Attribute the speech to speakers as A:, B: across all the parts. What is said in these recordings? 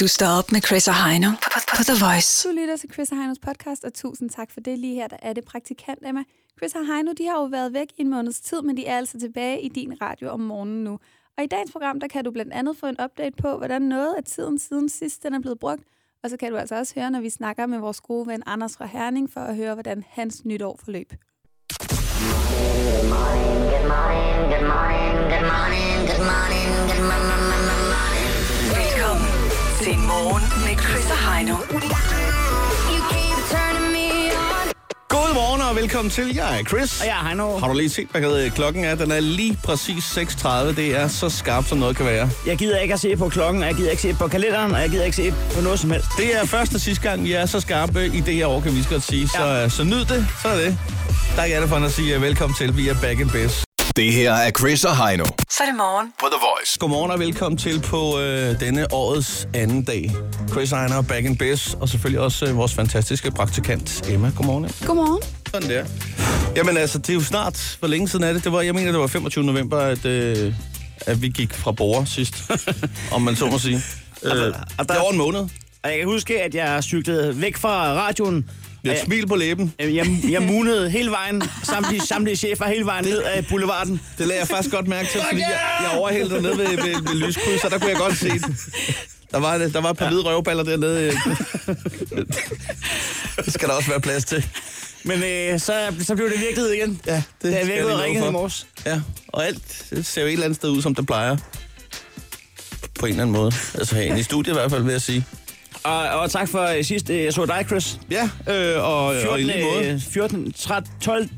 A: Du står op med Chris og Heino på, på, på The Voice.
B: Du lytter til Chris og Heinos podcast, og tusind tak for det. Lige her der er det praktikant, Emma. Chris og Heino, de har jo været væk i en måneds tid, men de er altså tilbage i din radio om morgenen nu. Og i dagens program, der kan du blandt andet få en update på, hvordan noget af tiden siden sidst, den er blevet brugt. Og så kan du altså også høre, når vi snakker med vores gode ven Anders fra Herning, for at høre, hvordan hans nytår forløb.
C: Good morning, good morning, good morning, good morning, good morning.
A: Velkommen til Morgen med Chris og Heino.
C: You keep turning me on.
D: Godmorgen og velkommen til. Jeg er Chris.
E: Og jeg er Heino.
D: Har du lige set, hvad øh, klokken er? Den er lige præcis 6.30. Det er så skarpt, som noget kan være.
E: Jeg gider ikke at se på klokken, og jeg gider ikke se på kalenderen, og jeg gider ikke se på noget som helst.
D: Det er første og sidste gang, vi er så skarpe i det her år, kan vi lige så godt sige. Så,
E: Ja.
D: øh, så nyd det. Så er det. Der er ikke andet for end at sige øh, velkommen til. Vi er back in best.
F: Det her er Chris og Heino
A: Så er det morgen.
F: på The Voice.
D: Godmorgen og velkommen til på øh, denne årets anden dag. Chris Ejner, back in best, og selvfølgelig også øh, vores fantastiske praktikant Emma. Godmorgen. Emma.
B: Godmorgen.
D: Sådan der. Jamen altså, det er jo snart. Hvor længe siden er det? det var, jeg mener, det var 25. november, at, øh, at vi gik fra bord sidst. om man så må sige. Øh,
E: der-
D: det
E: og der-
D: er over en måned.
E: Og jeg kan huske, at jeg cyklede væk fra radioen.
D: Jeg
E: Og
D: et smil på læben.
E: Jeg, jeg, jeg munede hele vejen, samtlige, samtlige chefer hele vejen ned ad boulevarden.
D: Det lagde jeg faktisk godt mærke til, fordi jeg, jeg overhældte ned ved, ved, ved lyskryds, så der kunne jeg godt se det. Der var, der var et par hvide røvballer dernede. øh. det skal der også være plads til.
E: Men øh, så, så blev det virkelighed igen.
D: Ja,
E: det er
D: skal jeg
E: virkelig
D: lige
E: ringet
D: love
E: i
D: for.
E: morges.
D: Ja, og alt det ser jo et eller andet sted ud, som det plejer. På en eller anden måde. Altså herinde i studiet i hvert fald, vil jeg sige.
E: Og, og tak for øh, sidst. Øh, jeg så dig, Chris.
D: Ja, øh, og, 14, og i
E: 14,
D: lige måde.
E: øh, 14 13, 12...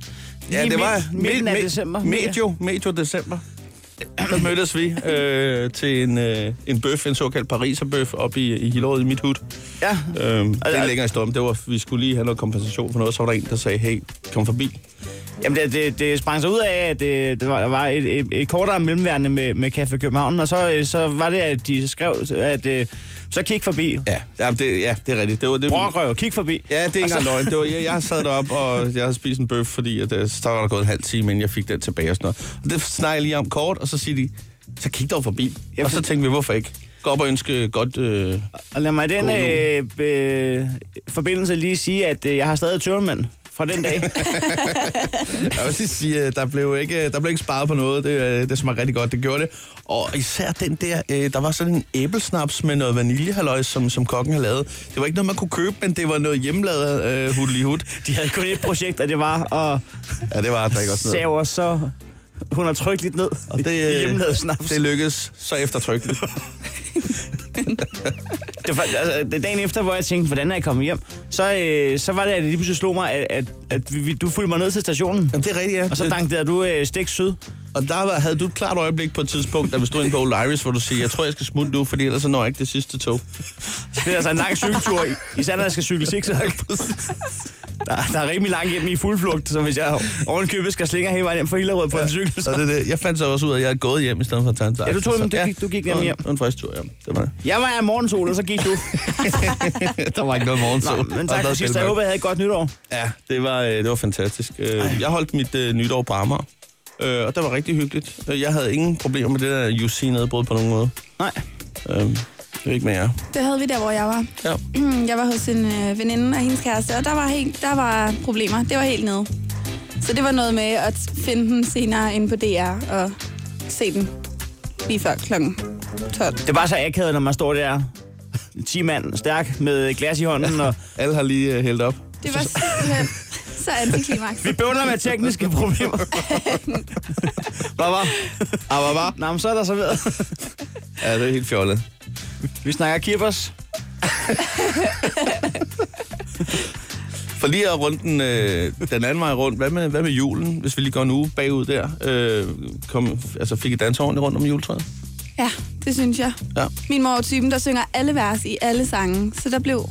D: ja,
E: lige
D: det var
E: midt, midten af december.
D: Medio, medio december. Der mødtes vi øh, til en, øh, en bøf, en såkaldt pariserbøf, op i, i Hillerød i mit hud.
E: Ja.
D: Øhm, det er
E: og-
D: længere i storm. Det var, vi skulle lige have noget kompensation for noget, så var der en, der sagde, hey, kom forbi.
E: Jamen, det, det, det sprang sig ud af, at det, det var, der var et, et, et kortere mellemværende med, med Café København, og så, øh, så var det, at de skrev, at øh, så kig forbi.
D: Ja, ja, det, ja, det er rigtigt. Det var det,
E: Brokrøv, kig forbi.
D: Ja, det er ikke
E: Og
D: engang
E: så-
D: løgn. Det var, jeg, jeg sad deroppe, og jeg havde spist en bøf, fordi at, øh, så var der gået en halv time, inden jeg fik den tilbage og sådan noget. Og det snakker jeg lige om kort, og så siger de, så kig dog forbi.
E: Ja,
D: og så
E: for-
D: tænkte vi, hvorfor ikke? Gå op og ønske godt... Øh...
E: Og lad mig i den
D: God
E: øh, øh, forbindelse lige sige, at øh, jeg har stadig tørmand fra den dag.
D: Jeg vil lige sige, øh, der blev ikke, der blev ikke sparet på noget. Det, øh, det smagte rigtig godt, det gjorde det. Og især den der, øh, der var sådan en æblesnaps med noget vaniljehalløj, som, som kokken havde lavet. Det var ikke noget, man kunne købe, men det var noget hjemmelavet øh, hudlihud.
E: De havde kun et projekt, og det var at
D: Ja, det var der ikke også noget.
E: save os så hun har trykket lidt ned
D: Og det,
E: i
D: øh,
E: hjemmelavet snaps.
D: det
E: Det,
D: lykkedes så eftertrykkeligt.
E: det, var, altså, det dagen efter, hvor jeg tænkte, hvordan er jeg kommet hjem, så, øh, så var det, at det lige pludselig slog mig, at, at, at vi- vi, du fulgte mig ned til stationen.
D: Jamen, det er rigtigt, ja.
E: Og så
D: Det-
E: dankede du øh, stik syd.
D: Og der var, havde du et klart øjeblik på et tidspunkt, da vi stod inde på Old Iris, hvor du siger, jeg tror, jeg skal smutte nu, fordi ellers så når jeg ikke det sidste tog.
E: Det er altså en lang cykeltur, i- især når jeg skal cykle zigzag. Der, der er rimelig langt hjem i fuld flugt, så hvis jeg ovenkøbet skal slinge hele vejen hjem fra Hillerød på en cykel,
D: Så
E: så...
D: det, er det, jeg fandt så også ud af, at jeg er gået hjem i stedet for at tage en taxa.
E: Ja, du tog
D: Så-
E: den. Du gik- du gik nemlig hjem.
D: Det var en frisk tur, ja. Det var det.
E: Jeg var af morgensol, og så gik du.
D: Der var ikke noget morgensol.
E: Nå, men tak for sidst. Jeg håber, jeg havde et godt nytår.
D: Ja, det var, øh, det var fantastisk. Øh, Jeg holdt mit øh, nytår på Amager, øh, og det var rigtig hyggeligt. Øh, Jeg havde ingen problemer med det der UC-nedbrud på nogen måde.
E: Nej.
D: Øh, det er ikke med jer.
B: Det havde vi der, hvor jeg var.
D: Ja.
B: Jeg var hos en øh, veninde og hendes kæreste, og der var, helt, der var problemer. Det var helt nede. Så det var noget med at finde den senere inde på DR og se den lige før klokken 12.
E: Det er bare så akavet, når man står der 10 mand stærk med glas i hånden, og
D: Alle har lige øh, hældt op.
B: Det var simpelthen så antiklimaks.
E: vi bøvler med tekniske problemer. Hvad var?
D: Ah, hvad var?
E: Nå, men så er der så ved.
D: Ja, det er helt fjollet.
E: Vi snakker kippers.
D: For lige at runde den, øh, den anden vej rundt, hvad med, hvad med julen, hvis vi lige går en uge bagud der? Øh, kom, altså fik I danser ordentligt rundt om juletræet?
B: Ja, det synes jeg.
D: Ja.
B: Min mor er typen, der synger alle vers i alle sange, så der blev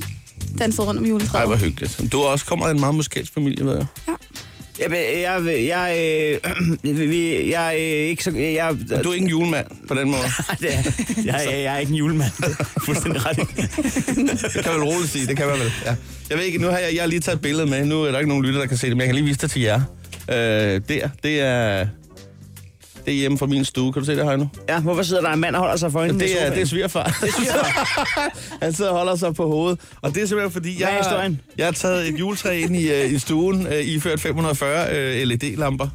B: danset rundt om
D: Ej, hvor
B: juletræet.
D: hyggeligt. Du er også kommer af en meget musikalsk familie, ved jeg.
E: Jeg, jeg, jeg, jeg, øh, vi- jeg, jeg, ikke så, jeg,
D: Men Du er ikke en julemand på den måde.
E: det er, jeg, jeg, jeg er ikke en julemand. Det er Fuldstændig ret.
D: Det kan vel roligt sige, det kan man vel. Ja. Jeg ved ikke, nu har jeg, jeg har lige taget et billede med. Nu er der ikke nogen lytter, der kan se det, men jeg kan lige vise det til jer. Øh, der, det er... Det det er hjemme fra min stue. Kan du se det her nu?
E: Ja, hvorfor sidder der en mand og holder sig for hende?
D: Det er, det er svigerfar. han sidder og holder sig på hovedet. Og det er simpelthen fordi,
E: Hvad er
D: jeg,
E: historien?
D: jeg har taget et juletræ ind i, øh, i stuen, øh, iført 540 øh, LED-lamper.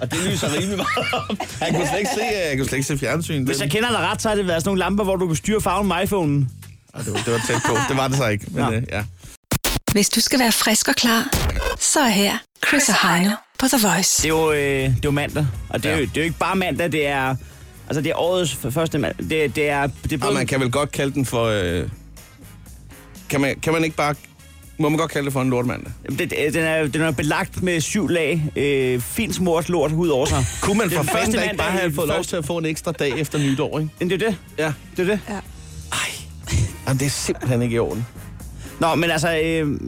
D: Og det lyser rimelig meget op. Han kunne slet ikke se, øh, han kunne slet ikke se fjernsyn.
E: Hvis
D: Den-
E: jeg kender dig ret, så har det været sådan nogle lamper, hvor du kunne styre farven med iPhone'en.
D: Ej, det, var, det var tæt på. Det var det så ikke. Men,
E: Nå.
D: øh, ja.
G: Hvis du skal være frisk og klar, så er her Chris og Heino på The Voice.
E: Det er jo, øh, det er jo mandag, og det er,
D: Ja.
E: ja. jo, det er jo ikke bare mandag, det er... Altså, det er årets f- første mandag. Det, det er... Det er
D: Og
E: både,
D: man kan vel godt kalde den for... Øh, kan, man, kan man ikke bare... Må man godt kalde det for en lortmandag?
E: Jamen, det, det- den, er, den er belagt med syv lag øh, fint smurt lort hud over sig.
D: Kunne man
E: Det
D: for
E: er den
D: fanden
E: første
D: da ikke
E: mandag
D: bare
E: i
D: have fået lov
E: første-
D: til at få en ekstra dag efter nytår, ikke?
E: Men det er jo det.
D: Ja.
E: Det er jo det.
B: Ja.
D: Jamen, det er simpelthen ikke i orden.
E: Nå, men altså... Øh,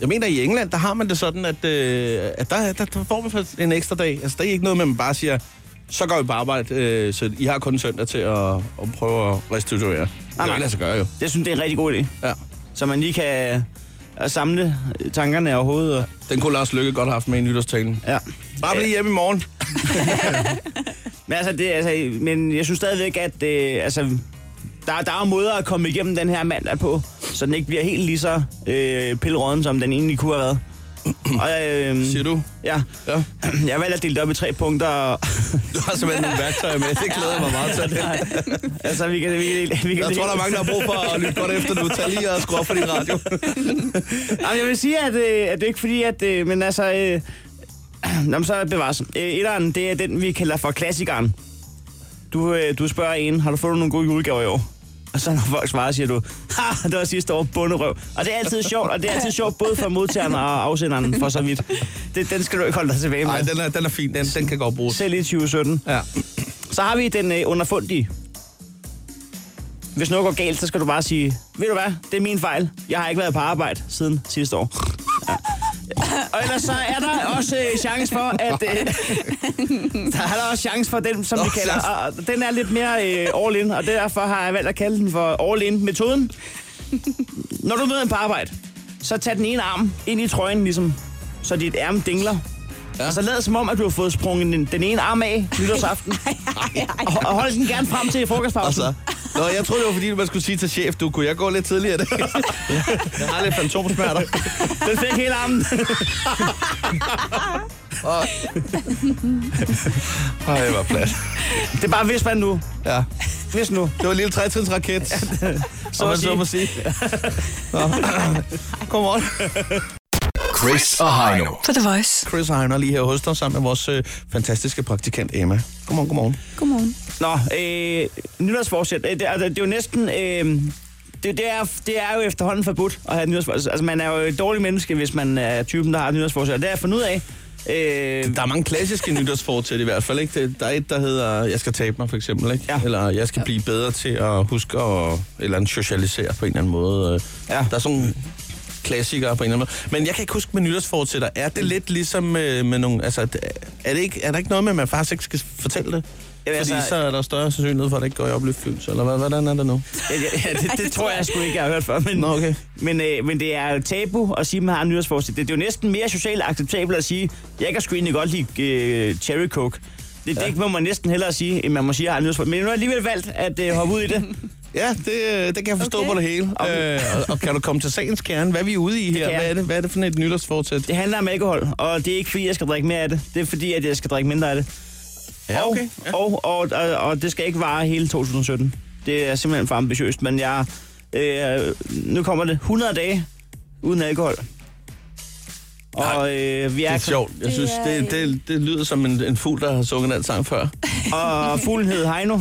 D: Jeg mener, i England, der har man det sådan, at, øh, at der, der, der får man faktisk en ekstra dag. Altså, der er ikke noget med, at man bare siger, så går vi på arbejde, øh, så I har kun søndag til at, at prøve at restituere. Det kan
E: nej.
D: ikke lade sig gøre, jo.
E: jeg synes, det er en rigtig god idé.
D: Ja.
E: Så man lige kan øh, samle tankerne og hovedet. Og,
D: Den kunne Lars Lykke godt have haft med i nytårstalen.
E: ja.
D: Bare bliv hjemme i morgen.
E: Men, altså, det, altså, men jeg synes stadigvæk, at øh, altså, der, der er jo måder at komme igennem den her mandag på, så den ikke bliver helt lige så øh, pillerøden, som den egentlig kunne have været. Og, øh,
D: Siger du?
E: Ja.
D: Ja.
E: Jeg valgte at dele det op i tre punkter. og-
D: Du har simpelthen nogle værktøjer med. Det glæder jeg mig meget til.
E: altså, vi kan, vi kan, vi kan
D: Jeg tror, der er mange, der har brug for at lytte godt efter nu. Tag lige og skru op for din radio.
E: Jamen, jeg vil sige, at, øh, at det er ikke fordi, at... Øh, men altså... Øh, Nå, men så bevares. Øh, etteren, det er den, vi kalder for klassikeren. Du, øh, du spørger en, har du fået nogle gode julegaver i år? Og så når folk svarer, siger du, ha, det var sidste år bunderøv. Og det er altid sjovt, og det er altid sjovt både for modtageren og afsenderen for så vidt. Det, den skal du ikke holde dig tilbage med.
D: Nej, den er, den er fin. Den, den kan godt bruges.
E: Selv i 2017.
D: Ja.
E: Så har vi den øh, underfundige. Hvis noget går galt, så skal du bare sige, ved du hvad, det er min fejl. Jeg har ikke været på arbejde siden sidste år. Ja. Og ellers så er der også øh, chance for, at... Øh, der er der også chance for den, som
D: Nå,
E: vi kalder...
D: chance.
E: Og, og den er lidt mere øh, all-in, og derfor har jeg valgt at kalde den for all-in-metoden. Når du møder en på arbejde, så tag den ene arm ind i trøjen, ligesom, så dit ærme dingler. Ja. Og så lad som om, at du har fået sprunget den, den ene arm af nytårsaften. Og, og hold den gerne frem til
D: Og
E: frokostpausen.
D: så... altså. Nå, jeg troede, det var fordi, man skulle sige til chef, du, kunne jeg gå lidt tidligere i dag? Jeg har lidt fantomsmerter.
E: Den fik hele armen.
D: Ej, hvor plat.
E: Det er bare, hvis man nu.
D: Ja.
E: Hvis nu.
D: Det var en lille trætrinsraket, som man så
E: at sige.
D: må sige. Nå. Godmorgen.
F: Chris og Heino.
G: På The Voice.
D: Chris Heiner lige her hos dig, sammen med vores øh, fantastiske praktikant Emma. Godmorgen, godmorgen.
B: Godmorgen.
E: Nå, øh, nytårsforsæt. Øh, det, er- det er jo næsten... Øh, det, det, er, det er jo efterhånden forbudt at have et nytårsforsæt. Altså, man er jo et dårligt menneske, hvis man er typen, der har et nytårsforsæt. Og det har jeg fundet ud af. Øh,
D: Der er mange klassiske nytårsfortsæt i hvert fald, ikke? Det- Der er et, der hedder, jeg skal tabe mig, for eksempel, ikke?
E: Ja.
D: Eller jeg skal blive bedre til at huske at eller andet socialisere på en eller anden måde. Øh,
E: Ja.
D: Der er sådan nogle klassikere på en eller anden måde. Men jeg kan ikke huske med nytårsfortsætter. Er det lidt ligesom øh, med nogle... Altså, er, det ikke, er der ikke noget med, at man faktisk ikke skal fortælle det?
E: Jamen,
D: Jamen, Fordi
E: altså-
D: altså, så er der større sandsynlighed for, at det ikke går i oplyftelse, eller hvad, hvordan er det nu?
E: Ja, ja, ja, det, det tror jeg sgu ikke, jeg har hørt før. Men,
D: Nå, okay.
E: men, øh, men det er jo tabu at sige, at man har en nytårsforsæt. Det, det er jo næsten mere socialt acceptabelt at sige, jeg kan sgu egentlig godt lide øh, cherry coke. Det, ja. det må man næsten hellere sige, end man må sige, at jeg har en nytårsforsæt. Men nu har jeg alligevel valgt at øh, hoppe ud i det.
D: Ja, det, øh, det kan jeg forstå
B: Okay.
D: okay. på det hele. Øh, og, og kan du komme til sagens kerne? Hvad er vi ude i her?
E: kan jeg.
D: Hvad er det, hvad er det for et nytårsfortsæt?
E: Det handler om alkohol, og det er ikke fordi, jeg skal drikke mere af det. Det er fordi, at jeg skal drikke mindre af det.
D: Ja, okay.
E: Og, og, og, og, og det skal ikke vare hele 2017. Det er simpelthen for ambitiøst, men jeg... Øh, nu kommer det 100 dage uden alkohol. Og øh, vi er,
D: Det er sjovt. Jeg
B: Det
D: synes,
B: er
D: det, det, det lyder som en, en fugl, der har sunget den sang før.
E: og fuglen hed Heino, og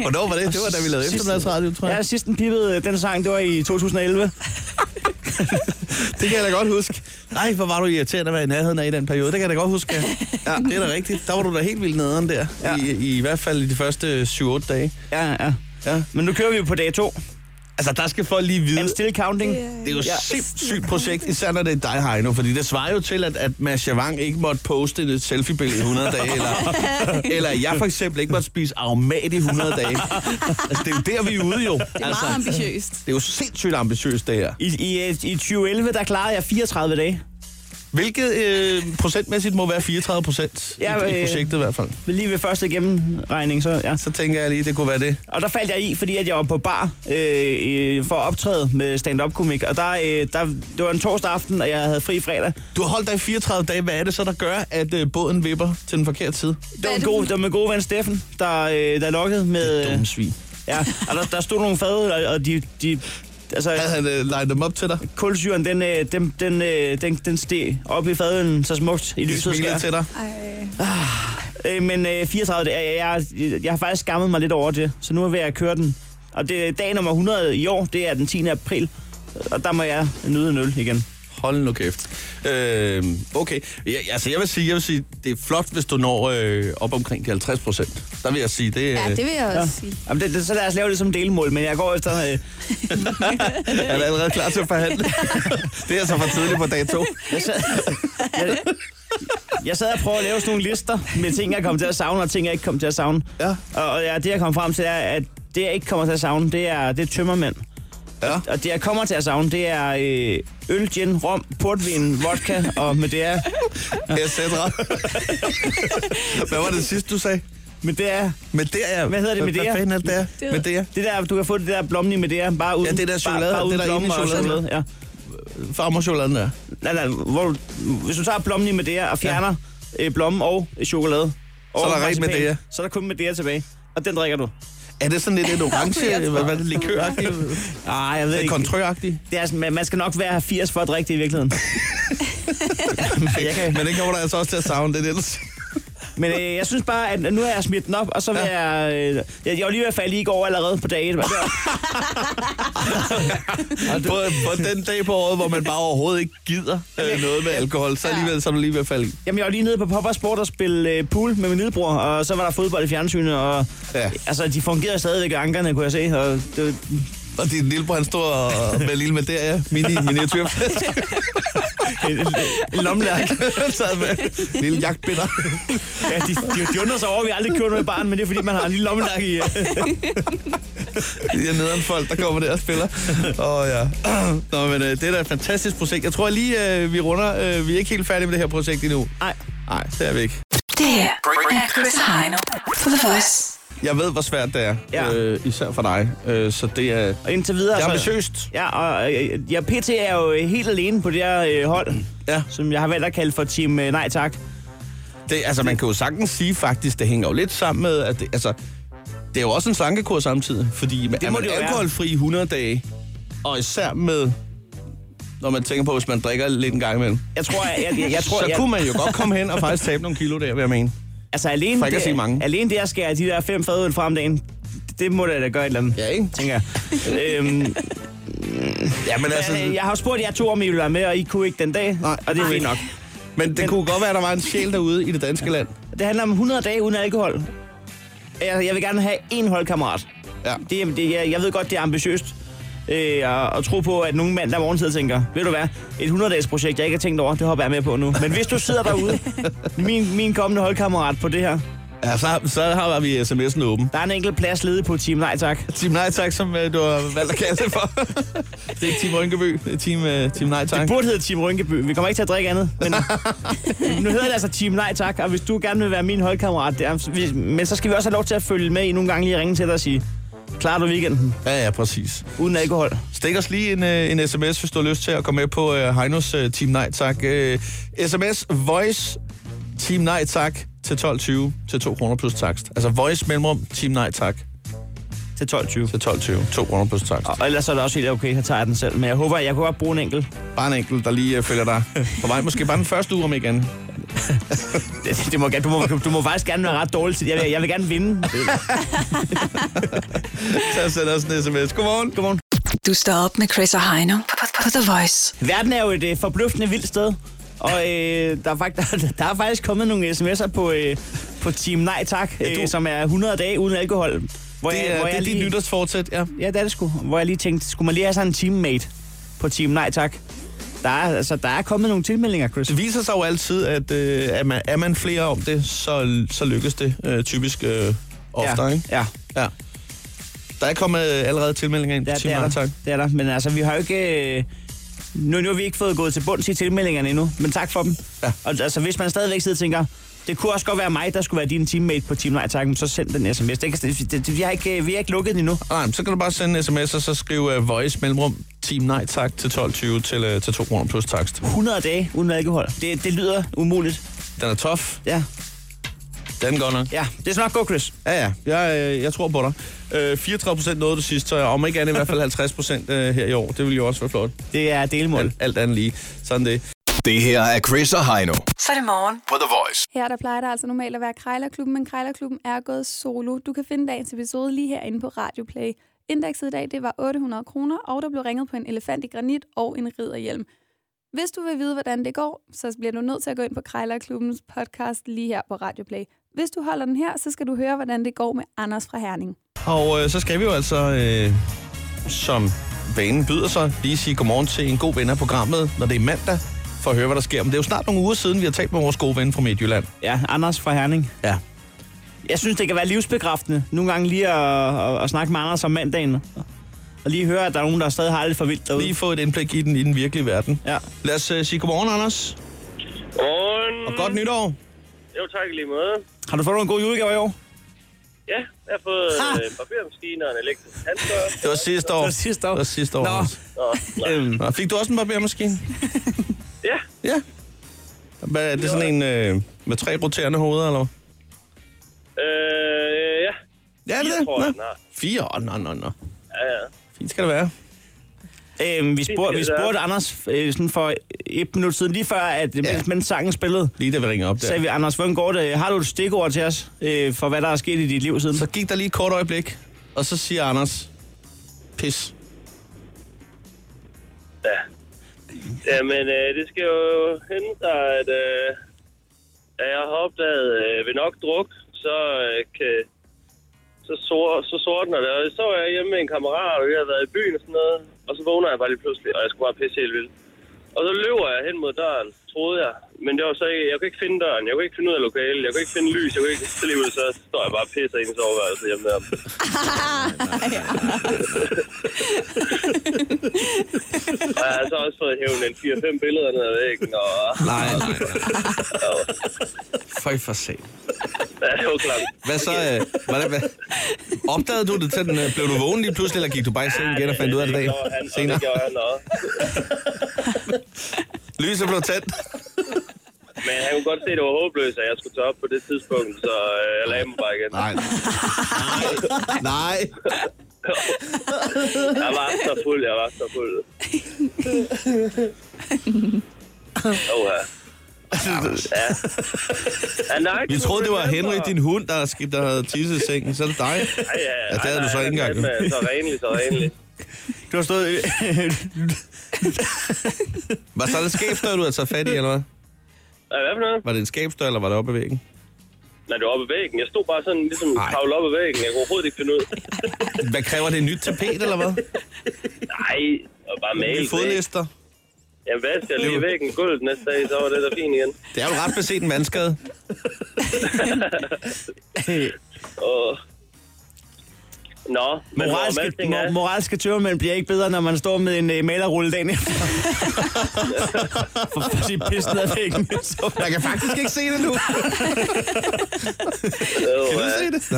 D: Hvornår var det? Det var, da vi lavede
E: Sidste-
D: eftermiddagsradio, tror jeg.
E: ja, sidst den pipede øh, den sang, det var i 2011.
D: Det kan jeg da godt huske. Nej, hvor var du irriterende at være i nærheden af i den periode. Det kan jeg da godt huske. Ja, ja det er da rigtigt. Der var du da helt vildt nederen der.
E: Ja.
D: Ja. I, I, I hvert fald i de første 7-8 dage.
E: Ja, ja.
D: Ja.
E: Men nu kører vi jo på dag to.
D: Altså, der skal folk lige vide...
E: I'm still counting.
D: Det er jo
E: Ja.
D: et sindssygt projekt, især når det er dig, Heino, fordi det svarer jo til, at, at Mads Javang ikke måtte poste et selfie-billede i 100 dage, eller, eller jeg for eksempel ikke måtte spise aromat i 100 dage. Altså, det er jo der, vi er ude jo.
B: Det er
D: altså,
B: meget ambitiøst.
D: det er jo sindssygt ambitiøst, det her.
E: I, i, øh, I 2011, der klarede jeg 34 dage.
D: Hvilket øh, procentmæssigt må være 34 procent
E: Ja,
D: ja, i, i
E: øh,
D: projektet i hvert fald.
E: Lige ved første gennemregning, så ja.
D: Så tænker jeg lige, det kunne være det.
E: Og der faldt jeg i, fordi at jeg var på bar øh, øh, for at optræde med stand-up komik. Og der, øh, der, det var en torsdag aften, og jeg havde fri fredag.
D: Du har holdt dig i 34 dage. Hvad er det så, der gør, at øh, båden vipper til den forkerte side?
E: Det var, en god, det var min gode ven Steffen, der, øh, der lukkede med... Øh,
D: Dumme svin.
E: ja, og der, der stod nogle fade, og, og de... de altså,
D: Havde han øh, legnet dem op til dig?
E: kulsyren, den, øh, den, den, øh, den, den steg op i fadølen så smukt i
D: De
E: lyset.
D: smiler
E: skær.
D: til dig.
B: Ej.
E: Øh, men øh, 34, det, er- jeg, jeg, jeg har faktisk skammet mig lidt over det, så nu er jeg ved at køre den. Og det er dag nummer 100 i år, det er den 10. april, og der må jeg nyde en øl igen.
D: Hold nu kæft. Øh, okay, ja, altså jeg vil, sige, jeg vil sige, det er flot, hvis du når øh, op omkring de 50 procent. Der vil jeg sige, det,
B: Ja,
D: øh,
B: det vil jeg også sige.
E: Jamen, det, det, så lad os lave det som delmål, men jeg går efter... Øh,
D: er du allerede klar til at forhandle. det er så for tidligt på dag to.
E: jeg, sad, jeg, jeg sad og prøvede at lave sådan nogle lister med ting, jeg kom til at savne, og ting, jeg ikke kom til at savne.
D: Ja.
E: Og, og ja, det, jeg kom frem til, er, at det, jeg ikke kommer til at savne, det er, det er tømmermænd.
D: Ja.
E: Og det, jeg kommer til at savne, det er øh, øl, gin, rom, portvin, vodka og Medea.
D: Et cetera. Hvad var det sidste, du sagde?
E: Medea.
D: Med det er...
E: Hvad hedder det, Medea?
D: Hvad fanden er det, der?
B: Det-
D: Med det er...
E: Det der, du kan få det der blomning med det bare uden...
D: det der chokolade,
E: bare,
D: det
E: bare uden
D: der
E: blommer
D: inde i
E: og
D: chokoladen.
E: chokolade, Ja.
D: Farmorchokoladen der.
E: Nej, nej, hvor, du- hvis du tager blommen med det og fjerner ja. øh, blomme og chokolade... Og
D: der rent
E: marcipan,
D: Medea.
E: Så er der kun med det tilbage. Og den drikker du.
D: Er det sådan lidt et orange, hvad, hvad er det, likøragtigt?
E: Nej, jeg ved ikke.
D: Kontrøragtigt?
E: Det er sådan, man, man skal nok være 80 for at drikke det i virkeligheden. jeg kan.
D: Men det kommer der altså også til at savne, det er det, du siger.
E: Men øh, jeg synes bare, at nu har jeg smidt den op, og så vil ja. jeg... Øh, jeg, jeg var lige ved at falde i går allerede på dag 1.
D: på, på den dag på året, hvor man bare overhovedet ikke gider øh, noget med alkohol, så alligevel så er du lige ved at falde i.
E: Jamen, jeg var lige nede på Popper Sport og spille øh, pool med min lillebror, og så var der fodbold i fjernsynet, og
D: Ja.
E: ja. altså, de fungerede stadigvæk ankerne, kunne jeg se. Og det,
D: Og din lillebror, han står og, med lille med der, ja. Mini miniatyrflæsk. en lommelærk. Taget med. Lille jagtbinder.
E: ja, de, de, de undrer sig over, at vi aldrig kører noget i barn, men det er, fordi man har en lille lommelærk i. Øh.
D: De er nederen folk, der kommer der og spiller. Åh oh, ja. Nå, men øh, det er da et fantastisk projekt. Jeg tror lige, øh, vi runder. Øh, vi er ikke helt færdige med det her projekt endnu.
E: Nej.
D: Nej, det er vi ikke.
G: Det her er Chris og Heino på The Voice.
D: Jeg ved, hvor svært det er.
E: Ja.
D: Øh, især for dig. Øh, så det er...
E: Og indtil videre...
D: Det er
E: så-
D: ambitiøst.
E: Ja, og øh, jeg PT er jo øh, helt alene på det her øh, hold,
D: Ja.
E: som jeg har valgt at kalde for Team øh, Nej Tak.
D: Det, altså, man kan jo sagtens sige faktisk, det hænger jo lidt sammen med, at det, altså, det er jo også en slankekur samtidig, fordi det er
E: må
D: man
E: det jo være.
D: alkoholfri i 100 dage, og især med, når man tænker på, hvis man drikker lidt en gang imellem,
E: Jeg tror, jeg, jeg, jeg, jeg tror,
D: så
E: jeg,
D: kunne man jo godt komme hen og faktisk tabe nogle kilo der, vil jeg mene.
E: altså alene
D: For ikke at sige mange.
E: alene det at skære de der fem fadøl frem dagen, det må da da gøre et eller andet,
D: Ja, ikke?
E: tænker jeg. øhm,
D: Ja, men altså,
E: altså, jeg har jo spurgt jer to, om I ville være med, og I kunne ikke den dag.
D: Nej,
E: og det er fint nok.
D: men det kunne godt være, at der var en sjæl derude i det danske land.
E: Det handler om 100 dage uden alkohol. Jeg, jeg vil gerne have én holdkammerat.
D: Ja.
E: Det, er- det, jeg, jeg ved godt, det er ambitiøst øh, at, at tro på, at nogen mand der morgen sidder og tænker, ved du hvad, et 100-dages projekt, jeg ikke har tænkt over, det hopper jeg med på nu. Men hvis du sidder derude, min, min kommende holdkammerat på det her,
D: Ja, så, så har vi sms'en åben.
E: der er en enkelt plads ledig på Team Nej Tak.
D: Team Nej Tak, som øh, du har valgt at kalde det for. det er ikke Team Rynkeby, det er Team, øh, team Nej Tak.
E: Det burde hedde Team Rynkeby. Vi kommer ikke til at drikke andet. Men nu hedder det altså Team Nej Tak, og hvis du gerne vil være min holdkammerat, der, så vi- men så skal vi også have lov til at følge med i nogle gange lige at ringe til dig og sige, klarer du weekenden
D: Ja, ja, præcis.
E: uden alkohol?
D: Stik os lige en, øh, en sms, hvis du har lyst til at komme med på øh, Heinos øh, Team Nej Tak. Øh, sms Voice Team Nej Tak til 12.20 til 2 kroner plus takst. Altså Voice mellemrum Team Nej Tak
E: Til 12.20.
D: til 12.20. 2 kroner plus takst.
E: Og og ellers er det også helt okay, så tager jeg den selv. Men jeg håber, jeg kunne godt bruge en enkelt.
D: Bare en enkelt, der lige øh, følger dig på vej. Måske bare den første uge om igen.
E: Det, det må, gerne- du, må, du må faktisk gerne være ret dårlig til det. Jeg vil, jeg vil gerne vinde.
D: Så send os en sms. Godmorgen.
E: Godmorgen.
G: Du står op med Chris og Heino på, på, på The Voice.
E: Verden er jo et øh, forbløffende vildt sted. Og øh, der, er faktisk, der, der er faktisk kommet nogle sms'er på, øh, på Team Nej Tak, øh,
D: du-
E: som er 100 dage uden alkohol. Hvor
D: Det
E: jeg,
D: er,
E: hvor
D: det er
E: jeg
D: dit
E: lige,
D: nytårsfortsæt, ja.
E: Ja, det er det sgu. Hvor jeg lige tænkte, skulle man lige have sådan en teammate på Team Nej Tak? Der er, altså, der er kommet nogle tilmeldinger, Chris.
D: Det viser sig jo altid, at øh, er, man, er man flere om det, så, så lykkes det øh, typisk øh, oftere,
E: ja,
D: ikke?
E: Ja,
D: Ja. Der er kommet øh, allerede tilmeldinger ind
E: det
D: på
E: er,
D: Team
E: det, er
D: Nej Tak.
E: der. det er der. Men altså, vi har jo ikke... Øh, Nu, nu har vi ikke fået gået til bunds i tilmeldingerne endnu, men tak for dem.
D: Ja.
E: Og, altså, hvis man stadigvæk sidder og tænker, det kunne også godt være mig, der skulle være din teammate på Team Nej Tak, men så send den sms. Det, kan- det, det, vi, har ikke, øh, vi har ikke lukket den endnu.
D: Nej, men så kan du bare sende en sms, og så skrive uh, voice mellemrum team nej tak til 12.20 til, uh, til 2 kroner plus takst.
E: 100 dage uden alkohol. Det, det lyder umuligt.
D: Den er tof,
E: Ja,
D: den går nok.
E: ja. Det skal nok gå, Chris.
D: Ja, ja. Jeg, øh, jeg tror på dig. Øh, 34 procent nåede du sidst, så om ikke andet i hvert fald 50 procent øh, her i år. Det ville jo også være flot.
E: Det er delmål.
D: Alt, alt andet lige. Sådan det.
F: Det her er Chris og Heino
G: Så er det morgen.
F: på The Voice.
B: Her der plejer der altså normalt at være Krejlerklubben, men Krejlerklubben er gået solo. Du kan finde dagens episode lige herinde på Radio Play. Indekset i dag det var 800 kroner, og der blev ringet på en elefant i granit og en ridderhjelm. Hvis du vil vide, hvordan det går, så bliver du nødt til at gå ind på Krejlerklubbens podcast lige her på Radio Play. Hvis du holder den her, så skal du høre, hvordan det går med Anders fra Herning.
D: Og øh, så skal vi jo altså, øh, som vanen byder sig, lige sige godmorgen til en god ven af programmet, når det er mandag, for at høre, hvad der sker. Men det er jo snart nogle uger siden, vi har talt med vores gode ven fra Midtjylland.
E: Ja, Anders fra Herning.
D: Ja.
E: Jeg synes, det kan være livsbekræftende nogle gange lige at, at, at snakke med Anders om mandagen. Og lige høre, at der er nogen, der stadig har lidt for vildt derude.
D: Lige få et indblik i den, i den virkelige verden.
E: Ja.
D: Lad os øh, sige godmorgen, Anders.
H: Godmorgen.
D: Og godt nytår.
H: Jo, tak i lige måde.
E: Har du fået nogle gode julegave i år?
H: Ja, jeg har fået
E: Ha!
H: øh, en barbermaskine og en elektrisk handsker.
D: Det var sidste år.
E: Det var sidste år.
D: Det var sidste år.
E: Nå.
D: Anders.
H: Og, nej,
E: Øhm,
D: Nå, fik du også en barbermaskine?
H: ja,
D: Ja. Hvad, er det sådan en øh, med tre roterende hoveder, eller hvad?
H: øh, ja.
D: Ja, er det
H: Fire,
D: det?
H: tror jeg,
D: Nå.
H: den har.
D: Fire? Åh, nå, nå, nå.
H: Ja, ja.
D: Fint skal det være.
E: Øhm, vi, spurgte, vi
H: det der.
E: spurgte Anders øh, sådan for et minut siden, lige før, at ja. mens, mens sangen spillede,
D: Lige da vi ringer op der.
E: sagde vi, Anders, hvordan går det? Har du et stikord til os øh, for, hvad der er sket i dit liv siden?
D: Så gik der lige et kort øjeblik, og så siger Anders, pis.
H: Jamen, øh, det skal jo hende sig, at øh, da jeg har opdaget øh, ved nok druk, så øh, kan, så, sor, så sortner det. Og så var jeg hjemme med en kammerat, og vi havde været i byen og sådan noget. Og så vågner jeg bare lige pludselig, og jeg skulle bare pisse helt vildt. Og så løber jeg hen mod døren, troede jeg. Men det var så ikke, jeg kunne ikke finde døren, jeg kunne ikke finde ud af lokalet, jeg kunne ikke finde lys, jeg kunne ikke... Så lige ud, så står jeg bare og pisser ind i soveværelset hjemme der. Og jeg har så også fået hævnet en 4-5 billeder ned ad væggen, og
D: Nej, nej, nej. Føj for sent.
H: ja, det var klart.
D: Hvad så? Øh, hvordan, hvad? Opdagede du det til den? Øh, blev du vågen lige pludselig, eller gik du bare i seng igen og fandt ud af det dagen
H: gjorde han, og
D: senere?
H: Det gjorde han også.
D: Lyset blev tændt.
H: Men han kunne godt se, at det var håbløst, at jeg skulle tage op på det tidspunkt, så øh, jeg lagde mig bare igen.
D: Nej. Nej. Nej.
H: Jeg var så fuld, jeg var så fuld. Åh, ja. ja. Han er ikke
D: Vi troede, det var Henry,
H: november.
D: din hund, der, skib, der havde tisset i sengen. Så er det dig.
H: Ej, ja,
D: Ja, det
H: ej,
D: havde du
H: nej,
D: så ikke
H: han er
D: engang.
H: fandme Så renlig, så renlig.
E: Du har stået... Øh,
D: Var så det skabstør, du havde taget fat i, eller hvad?
H: Nej, hvad for noget?
D: Var det en skabstør, eller var det oppe ad væggen?
H: Nej, det var oppe ad væggen. Jeg stod bare sådan ligesom
D: Ej.
H: kravlet op ad væggen. Jeg kunne overhovedet ikke finde ud.
D: Hvad kræver det? Nyt tapet, eller hvad?
H: Nej, og bare
D: Nye
H: male.
D: fodlister?
H: Jamen, hvad skal jeg lige i væggen gulvet næste dag, så var det da fint igen.
D: Det er jo ret beset en vandskade.
H: Og... Nå, men hvor
E: moralske,
H: alting
E: mo-
H: er,
E: moralske tørmænd bliver ikke bedre, når man står med en øh, malerrulle dagen efter. for at sige pis ned ad væggen. Så,
D: Jeg kan faktisk ikke se det nu.
H: det øh, var,
D: Kan du se det?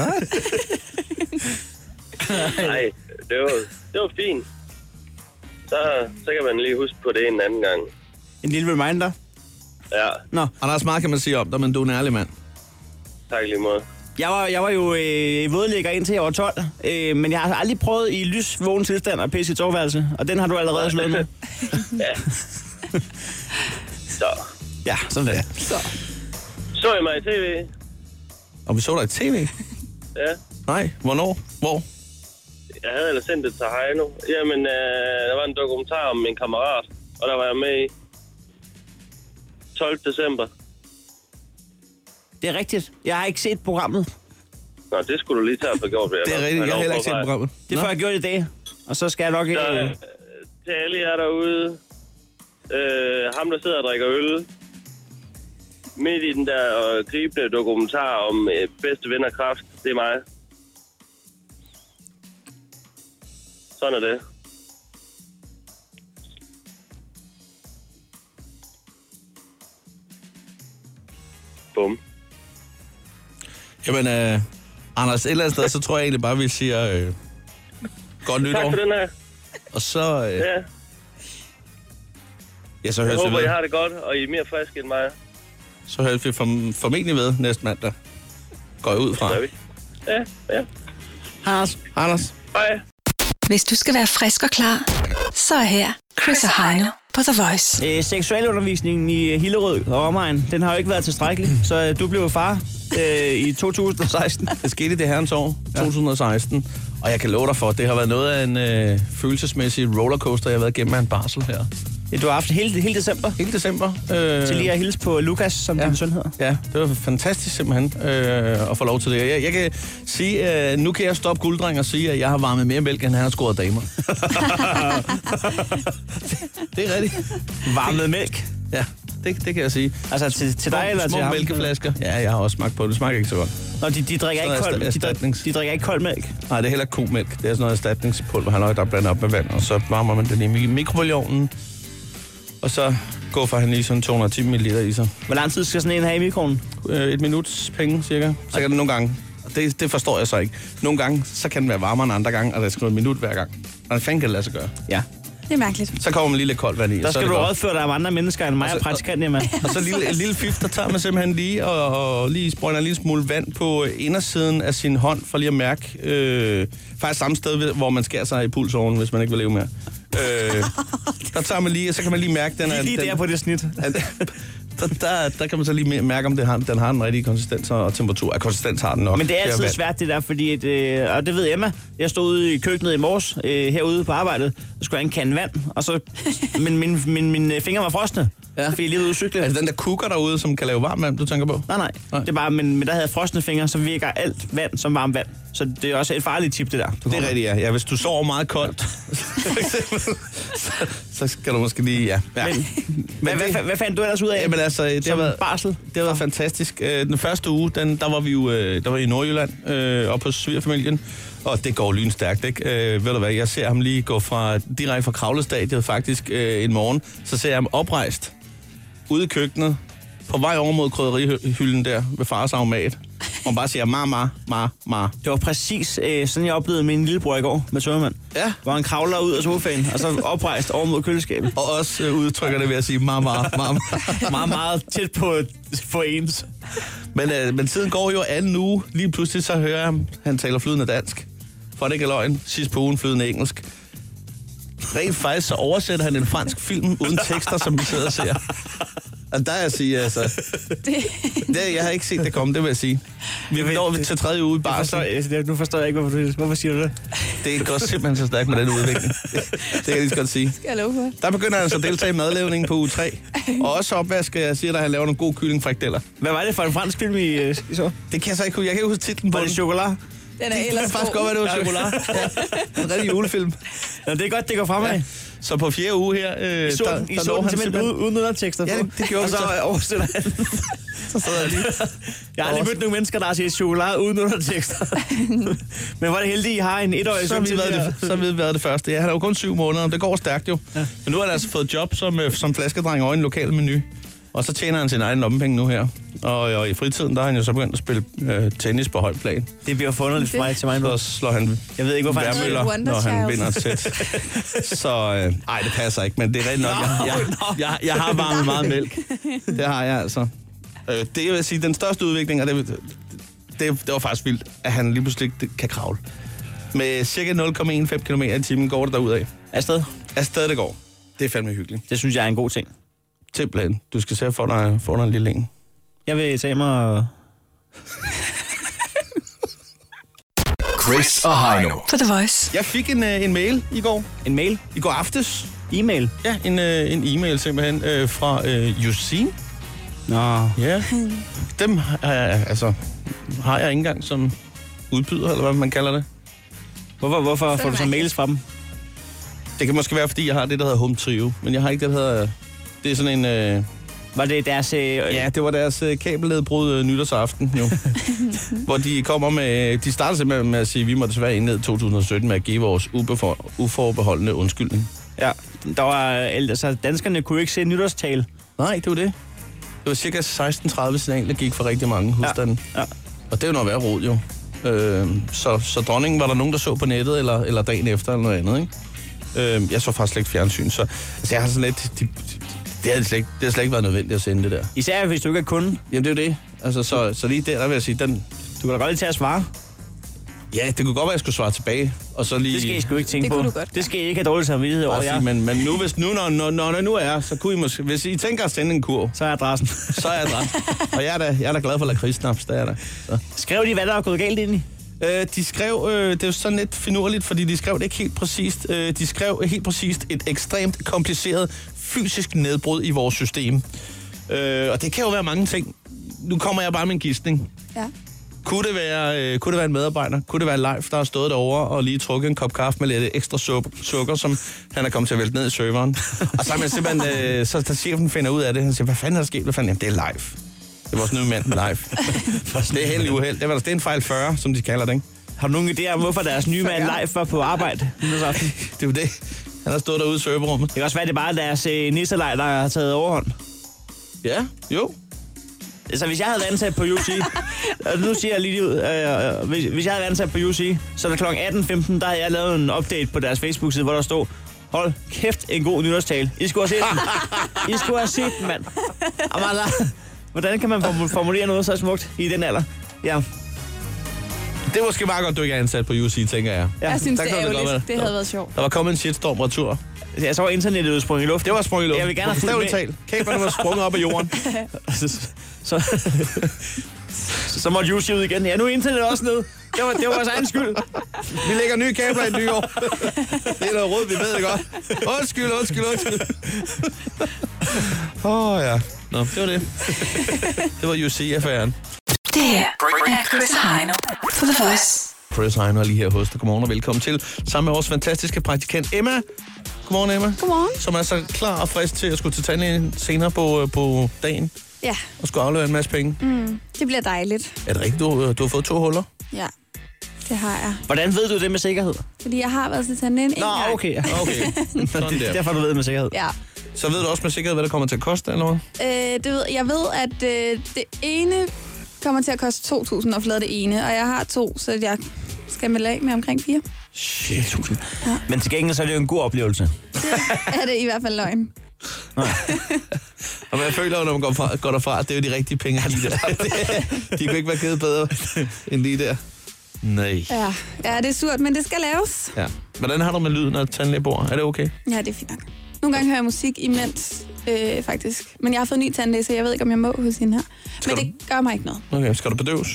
D: Nej.
H: nej, det var, det var fint. Så, så kan man lige huske på det en anden gang.
E: en lille reminder.
H: Ja,
D: Anders, meget kan man sige om dig, men du er en ærlig mand.
H: tak i lige måde.
E: Jeg var, jeg var jo øh, vådlægger indtil jeg var 12, øh, men jeg har aldrig prøvet i lys vågen tilstand at pisse i et soveværelse, og den har du allerede slået med.
H: Ja. Så.
E: Ja, sådan der.
H: Så I mig i tv?
D: Og vi så dig i tv.
H: Ja.
D: Nej, hvornår? Hvor?
H: Jeg havde ellers sendt det til Heino. Jamen, øh, der var en dokumentar om min kammerat, og der var jeg med i 12. december.
E: Det er rigtigt. Jeg har ikke set programmet.
H: Nå, det skulle du lige tage at få gjort. vil
D: Det er
H: nok-
D: rigtigt, jeg
H: lov
D: har heller ikke set
H: påpege.
D: programmet.
E: Det får jeg gjort i dag. Og så skal jeg nok...
H: Så,
E: Øh,
H: øh, til alle jer derude, øh, ham der sidder og drikker øl, midt i den der øh, gribende dokumentar om øh, bedste ven og kraft, det er mig. Sådan er det. bum.
D: Jamen, øh, Anders, et eller andet sted, så tror jeg egentlig bare, vi siger øh, godt
H: Tak
D: nytår.
H: for den her.
D: Og så, øh,
H: Ja.
D: ja, så
H: Jeg
D: høres vi
H: håber, I
D: ved.
H: har det godt, og I er mere friske end mig.
D: Så høres vi form- formentlig ved næste mandag. Går jeg ud fra.
H: Gør vi. Ja, ja.
E: Anders.
D: Anders?
H: Hej.
G: Hvis du skal være frisk og klar, så er her Chris og Heino på The Voice.
E: Øh, seksualundervisningen i øh, Hillerød og omegn, den har jo ikke været tilstrækkelig, så øh, du blev far øh, i 2016.
D: Det skete i det herrens år, 2016. Og jeg kan love dig for, at det har været noget af en øh, følelsesmæssig rollercoaster, jeg har været igennem af en barsel her.
E: Ja, Du har haft hele, hele december
D: Hele december. Øh,
E: til lige at hilse på Lukas, som ja. din søn hedder.
D: Ja, det var fantastisk simpelthen øh, at få lov til det. Jeg, jeg kan sige, øh, nu kan jeg stoppe gulddreng og sige, at jeg har varmet mere mælk, end han har scoret damer. det, det er rigtigt.
E: Varmet mælk.
D: Ja, det, det kan jeg sige.
E: Altså til, til dig eller
D: små
E: til ham?
D: mælkeflasker. Ja, jeg har også smagt på det. Det smager ikke så godt.
E: Nå, de, de, drikker ikke
D: Så er
E: kold,
D: ersta-
E: de, drik-
D: erstatnings.
E: de drikker ikke kold mælk.
D: Nej, det er heller ikke komælk. Det er sådan noget erstatningspulver, han har der blandet op med vand, og så varmer man den i mi- mikroovnen. Og så går for han lige sådan 210 ml i sig.
E: Hvor lang tid skal sådan en have i mikroen?
D: Øh, et minuts penge, cirka. Så kan det nogle gange. og Det, det forstår jeg så ikke. Nogle gange, så kan den være varmere end andre gange, og der skal noget minut hver gang. Hvordan fanden kan det lade sig gøre?
E: Ja.
B: Det er mærkeligt.
D: Så kommer man lige lidt koldt vand i.
E: Der
D: og så er
E: skal
D: det
E: du
D: godt.
E: rådføre dig om andre mennesker end mig og
D: Altså,
E: praktikanten, Emma.
D: Og så lille, en lille fif, der tager man simpelthen lige og, og lige sprøjter en lille smule vand på øh, indersiden af sin hånd, for lige at mærke, øh, faktisk samme sted, ved- hvor man skærer sig i pulsåren, hvis man ikke vil leve mere. Øh, der tager man lige, og så kan man lige mærke, den er...
E: Lige
D: den,
E: der på det snit.
D: at, der, der, der, kan man så lige mæ- mærke, om det har, den har den rigtige konsistens og temperatur. Ja, konsistens har den nok.
E: Men det er altid
D: vand.
E: svært det der, fordi et, øh, og det ved Emma, jeg stod ude i køkkenet i morges øh, herude på arbejdet, og skulle have en kan vand, og så min, min, min, min øh, fingre var frosne, ja. fordi jeg lige var ude at cykle.
D: Er det Altså, den der kukker derude, som kan lave varmt vand, du tænker på?
E: Nej, nej.
D: Nej.
E: nej. Det er bare, men, men der havde jeg frosne fingre, så virker alt vand som varmt vand. Så det er også et farligt tip, det der.
D: Det er rigtigt, ja. ja. Hvis du sover meget koldt, så, så skal du måske lige... Ja. ja.
E: Men, hvad,
D: det-
E: hvad, hvad fandt du ellers ud af?
D: Jamen altså, det har
E: Som
D: været...
E: barsel?
D: Det har været fantastisk. Øh, Den første uge, den, der var vi jo øh, der var i Nordjylland øh, og på svigerfamilien, og det går lynstærkt, ikke? Øh, ved du hvad, jeg ser ham lige gå fra, direkte fra kravlestadiet faktisk øh, en morgen, så ser jeg ham oprejst ude i køkkenet, på vej over mod krydderihylden der ved fars automat, og han bare siger, ma, ma, ma, ma.
E: Det var præcis øh, sådan, jeg oplevede min lillebror i går med tømmermand.
D: Ja.
E: Hvor han kravler ud af sofaen, og så oprejst over mod køleskabet.
D: Og også øh, udtrykker det ved at sige, ma, ma, ma, ma.
E: meget, meget tæt på, på ens.
D: Men, øh, men tiden går jo anden uge. Lige pludselig så hører jeg ham, han taler flydende dansk. For det ikke er løgn. Sidst på ugen flydende engelsk. Rent faktisk så oversætter han en fransk film uden tekster, som vi sidder og ser. Og der er jeg sige, altså... Det, jeg har ikke set det komme, det vil jeg sige. Vi
E: ved-
D: når vi til tredje uge i
E: Jeg
D: barsel.
E: forstår, jeg, Altså, nu forstår jeg ikke, hvorfor, du, hvorfor siger du det.
D: Det går simpelthen så stærkt med den udvikling. Det kan jeg lige så godt sige.
B: Skal jeg love for.
D: Der begynder han så at deltage i madlavningen på uge 3. Og også opvasker, jeg siger dig, at han laver nogle gode kyllingfrikdeller.
E: Hvad var det for en fransk film, I, øh, I så?
D: Det kan jeg så ikke huske. Jeg kan ikke huske titlen på
E: Var
D: den.
E: det chokolade?
B: Den er
D: Det kan
B: ellers
D: faktisk
B: god.
D: godt være, det var chokolade. Ja. En rigtig julefilm.
E: Nå, det er godt, det går fremad. Ja.
D: Så på fjerde uge her, øh,
E: I så,
D: der,
E: den, I
D: der
E: så
D: lå
E: den
D: han
E: simpelthen
D: simpelthen...
E: uden, uden undertekster
D: Ja,
E: på.
D: det- det gjorde
E: og
D: vi
E: så.
D: så.
E: oversætter han.
D: Så sad jeg lige.
E: Jeg har aldrig mødt nogen mennesker, der har set chokolade uden undertekster. Men hvor er det heldigt, I har en etårig
D: Så har,
E: søn
D: vi
E: til
D: været det, så har vi været det første. Ja, han er jo kun syv måneder, det går stærkt jo. Ja. Men nu har han altså fået job som, øh, som flaskedreng over i en lokal menu. Og så tjener han sin egen lommepenge nu her. Og, og i fritiden, der har han jo så begyndt at spille øh, tennis på højt plan.
E: Det bliver forunderligt for mig til mig.
D: Så slår han
E: Jeg ved ikke, hvorfor han...
D: værmøller,
B: Noget
D: når han
B: Wonderchild.
D: vinder et sæt. Så øh, ej, det passer ikke, men det er rigtigt nok. Jeg, jeg, jeg, jeg har varmet meget mælk. Det har jeg altså. Øh, det vil jeg sige, den største udvikling, og det, det, det var faktisk vildt, at han lige pludselig ikke kan kravle. Med cirka 0,15 km i timen går det derudad.
E: Afsted.
D: Afsted det går. Det er fandme hyggeligt.
E: Det synes jeg er en god ting.
D: Simpelthen. Du skal se at få dig, få dig en lille en.
E: Jeg vil tage mig... øh,
F: Chris og Heino.
G: På The Voice.
D: Jeg fik en, øh, en mail i går.
E: En mail?
D: I går aftes.
E: E-mail?
D: Ja, en, øh, en e-mail simpelthen øh, fra øh, Justine.
E: Nå.
D: Ja, dem har jeg, altså, har jeg ikke engang som udbyder, eller hvad man kalder det.
E: Hvorfor, hvorfor får du så
B: mærkeligt.
E: mails fra dem?
D: Det kan måske være, fordi jeg har det, der hedder Home Trio, men jeg har ikke det, der hedder... Det er sådan en... Øh,
E: Var det deres... Øh, ja.
D: ja, det var deres øh, kabelnedbrud øh, nytårsaften, jo. hvor de kommer med... øh, De starter simpelthen med at sige, at vi må desværre indlede 2017 med at give vores ubefor, uforbeholdende undskyldning.
E: ja. Der var, øh, altså, danskerne kunne jo ikke se nytårstale.
D: Nej, det var det. Det var cirka 16.30 signal, der gik for rigtig mange husstande.
E: ja.
D: Og det er jo noget værd rod, jo. Øh, så, så dronningen var der nogen, der så på nettet, eller, eller dagen efter, eller noget andet, ikke? Øh, jeg så faktisk slet ikke fjernsyn, så altså, jeg har sådan lidt... De, de, det har slet, ikke- det har slet ikke været nødvendigt at sende det der.
E: Især hvis du ikke er kunde.
D: Jamen, det er jo det. Altså, så, så lige der, der vil jeg sige, den...
E: Du kan da godt lige tage at svare.
D: Ja, det kunne godt være, at jeg skulle svare tilbage, og så lige...
E: Det skal I sgu ikke tænke
B: Det
E: på.
B: kunne du godt.
E: Det skal I ikke have dårlig samvittighed over,
D: Bare sige,
E: jeg.
D: men, men nu, hvis nu, når, når, når det nu er, så kunne I måske... Hvis I tænker at sende en kur,
E: Så er adressen.
D: så er jeg dræbt. og jeg er da, jeg er da glad for lakridsnaps, der er der. Så.
E: Skrev de, hvad der er gået galt ind i?
D: Øh, de skrev, øh, det er jo sådan lidt finurligt, fordi de skrev det ikke helt præcist. Øh, de skrev helt præcist et ekstremt kompliceret fysisk nedbrud i vores system. Øh, og det kan jo være mange ting. Nu kommer jeg bare med en gidsning.
B: Ja.
D: Kunne det, være, øh, kunne det være en medarbejder? Kunne det være Leif, der har stået derovre og lige trukket en kop kaffe med lidt ekstra sup- sukker, som han er kommet til at vælte ned i serveren? og så er man simpelthen, øh, så da chefen finder ud af det, han siger, hvad fanden er der sket? Hvad fanden? Jamen, det er Leif. Det er vores nye mand, Leif. det er heldig uheld. Det var der stenfejl 40, som de kalder det, ikke?
E: Har du nogen idéer om, hvorfor deres nye mand live var på arbejde? nytårsaften?
D: Det er jo det. Han har stået derude i serverrummet.
E: Det kan også være, det er bare deres øh, nisselej, der har taget overhånd.
D: Ja, jo.
E: Så hvis jeg havde været ansat på UC, og nu siger jeg lige ud, øh, øh, hvis, hvis jeg havde været ansat på UC, så er der kl. 18.15, der havde jeg lavet en update på deres Facebook-side, hvor der stod, hold kæft, en god nytårstale. I skulle have set den. I skulle have set den, mand. Jamen, altså, Hvordan kan man formu- formulere noget så smukt i den alder? Ja,
D: Det er måske meget godt, du ikke er ansat på UC, tænker jeg.
E: ja.
B: Jeg synes,
D: der
B: det er
D: kan det godt
B: ærgerligt.
D: være.
B: Det havde været sjovt.
D: Der var kommet en shitstorm retur.
E: Jeg så var internettet udsprunget i luften.
D: Det var sprunget i luften.
E: Jeg vil gerne have fulgt
D: Bogstaveligt
E: med.
D: talt. Kaberne var sprunget op af jorden.
E: så, så, så måtte Jussi ud igen. Ja, nu er internettet også ned. Det var, det var vores egen skyld.
D: Vi lægger nye kabler i et nyt år. Det er noget råd, vi ved det godt. Undskyld, undskyld, undskyld. Åh oh, ja. Nå, det var det. Det var UC-affæren.
G: Det her er Chris og Heino på The Voice.
D: Chris Heiner er lige her hos dig. Godmorgen og velkommen til. Sammen med vores fantastiske praktikant Emma. Godmorgen, Emma.
B: Godmorgen.
D: Som er så klar og frisk til at skulle til tandlægen senere på, øh, på dagen.
B: Ja,
D: og skulle aflevere en masse penge. Mm.
B: det bliver dejligt.
D: Er det rigtigt, du, du har fået to huller?
B: Ja, det har jeg.
E: Hvordan ved du det med sikkerhed?
B: Fordi jeg har været til tandlægen en
E: Nå,
B: gang.
E: okay. ja.
D: Okay, sådan
E: Det er
D: der.
E: derfor, du ved det med sikkerhed.
B: Ja.
D: Så ved du også med sikkerhed, hvad det kommer til at koste, eller hvad?
B: Øh, det ved, jeg ved, at øh, det ene kommer til at koste 2.000 at flade det ene, og jeg har to, så jeg skal melde af med omkring fire.
E: Shit, tusind. Men til gengæld så er det jo en god oplevelse.
B: er det i hvert fald løgn.
D: Og man føler jo, når man går, fra, går derfra, at det er jo de rigtige penge lige der. de kunne ikke være givet bedre end lige der. Nej.
B: Ja. ja, det er surt, men det skal laves.
D: Ja. Hvordan har du med lyden af tandlægebord? Er det okay?
B: Ja, det er fint nok. Nogle gange hører jeg musik imens, øh, faktisk. Men jeg har fået ny tandlæge, så jeg ved ikke, om jeg må hos hende her. Men
D: du-
B: det gør mig ikke noget.
D: Okay, skal du bedøves?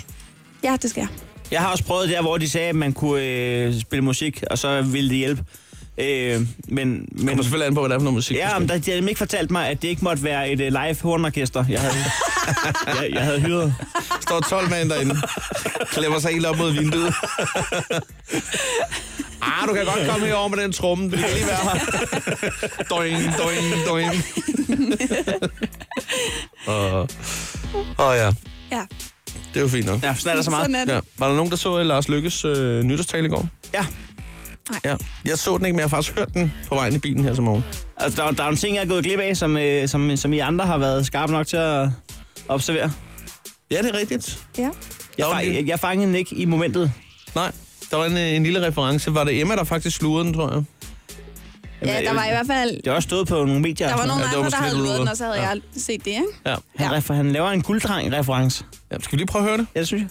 B: Ja, det skal jeg.
E: Jeg har også prøvet der, hvor de sagde, at man kunne øh, spille musik, og så ville det hjælpe. Øh, men,
D: Det
E: men,
D: kommer selvfølgelig an på, hvad det er for noget musik. du
E: ja,
D: skal.
E: men der, de havde nemlig ikke fortalt mig, at det ikke måtte være et øh, live hornorkester, jeg havde, jeg, jeg havde hyret.
D: der står 12 mand derinde. Klemmer sig helt op mod vinduet. Ah, du kan godt komme herover med den tromme. Det kan lige være her. Doing, doing, doing. Åh, uh, ja.
B: Ja,
D: Det er jo fint nok.
E: Ja, sådan er der så meget.
B: sådan er det.
D: Ja. Var der nogen, der så øh, Lars Lykkes øh, nytårstale i går?
E: Ja,
D: Ja. Jeg så den ikke, men jeg har faktisk hørt den på vejen i bilen her til morgen.
E: altså, der, er- der er nogle ting, jeg er gået glip af, som, øh, som, som I andre har været skarpe nok til at observere.
D: Ja, det er rigtigt.
B: ja.
D: Jeg var
E: Jeg,
D: lige-
E: jeg, jeg fangede den ikke i momentet.
D: Nej, der var en, øh, en lille reference. Var det Emma, der faktisk slurede den, tror jeg?
B: ja der var i hvert fald...
E: Det har også stået på nogle medier.
B: Der var nogle
D: det var
B: andre, der
D: måske
B: havde
D: lidt
B: luret den,
D: luret.
B: og så havde
D: Ja.
B: jeg set det, ikke?
D: Ja.
E: Han, refer- han laver en gulddreng-reference.
D: ja. Skal vi lige prøve at høre det?
E: Ja, det synes jeg.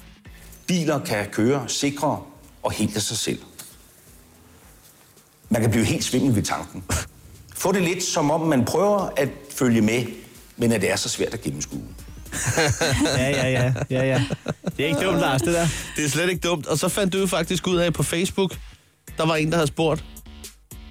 I: Biler kan køre sikre og helt af sig selv. Man kan blive helt svimmel ved tanken. Få det lidt som om, man prøver at følge med, men at det er så svært at gennemskue.
E: Ja, ja, ja. ja, ja. Det er ikke dumt, Lars, det der.
D: Det er slet ikke dumt. Og så fandt du jo faktisk ud af på Facebook, der var en, der havde spurgt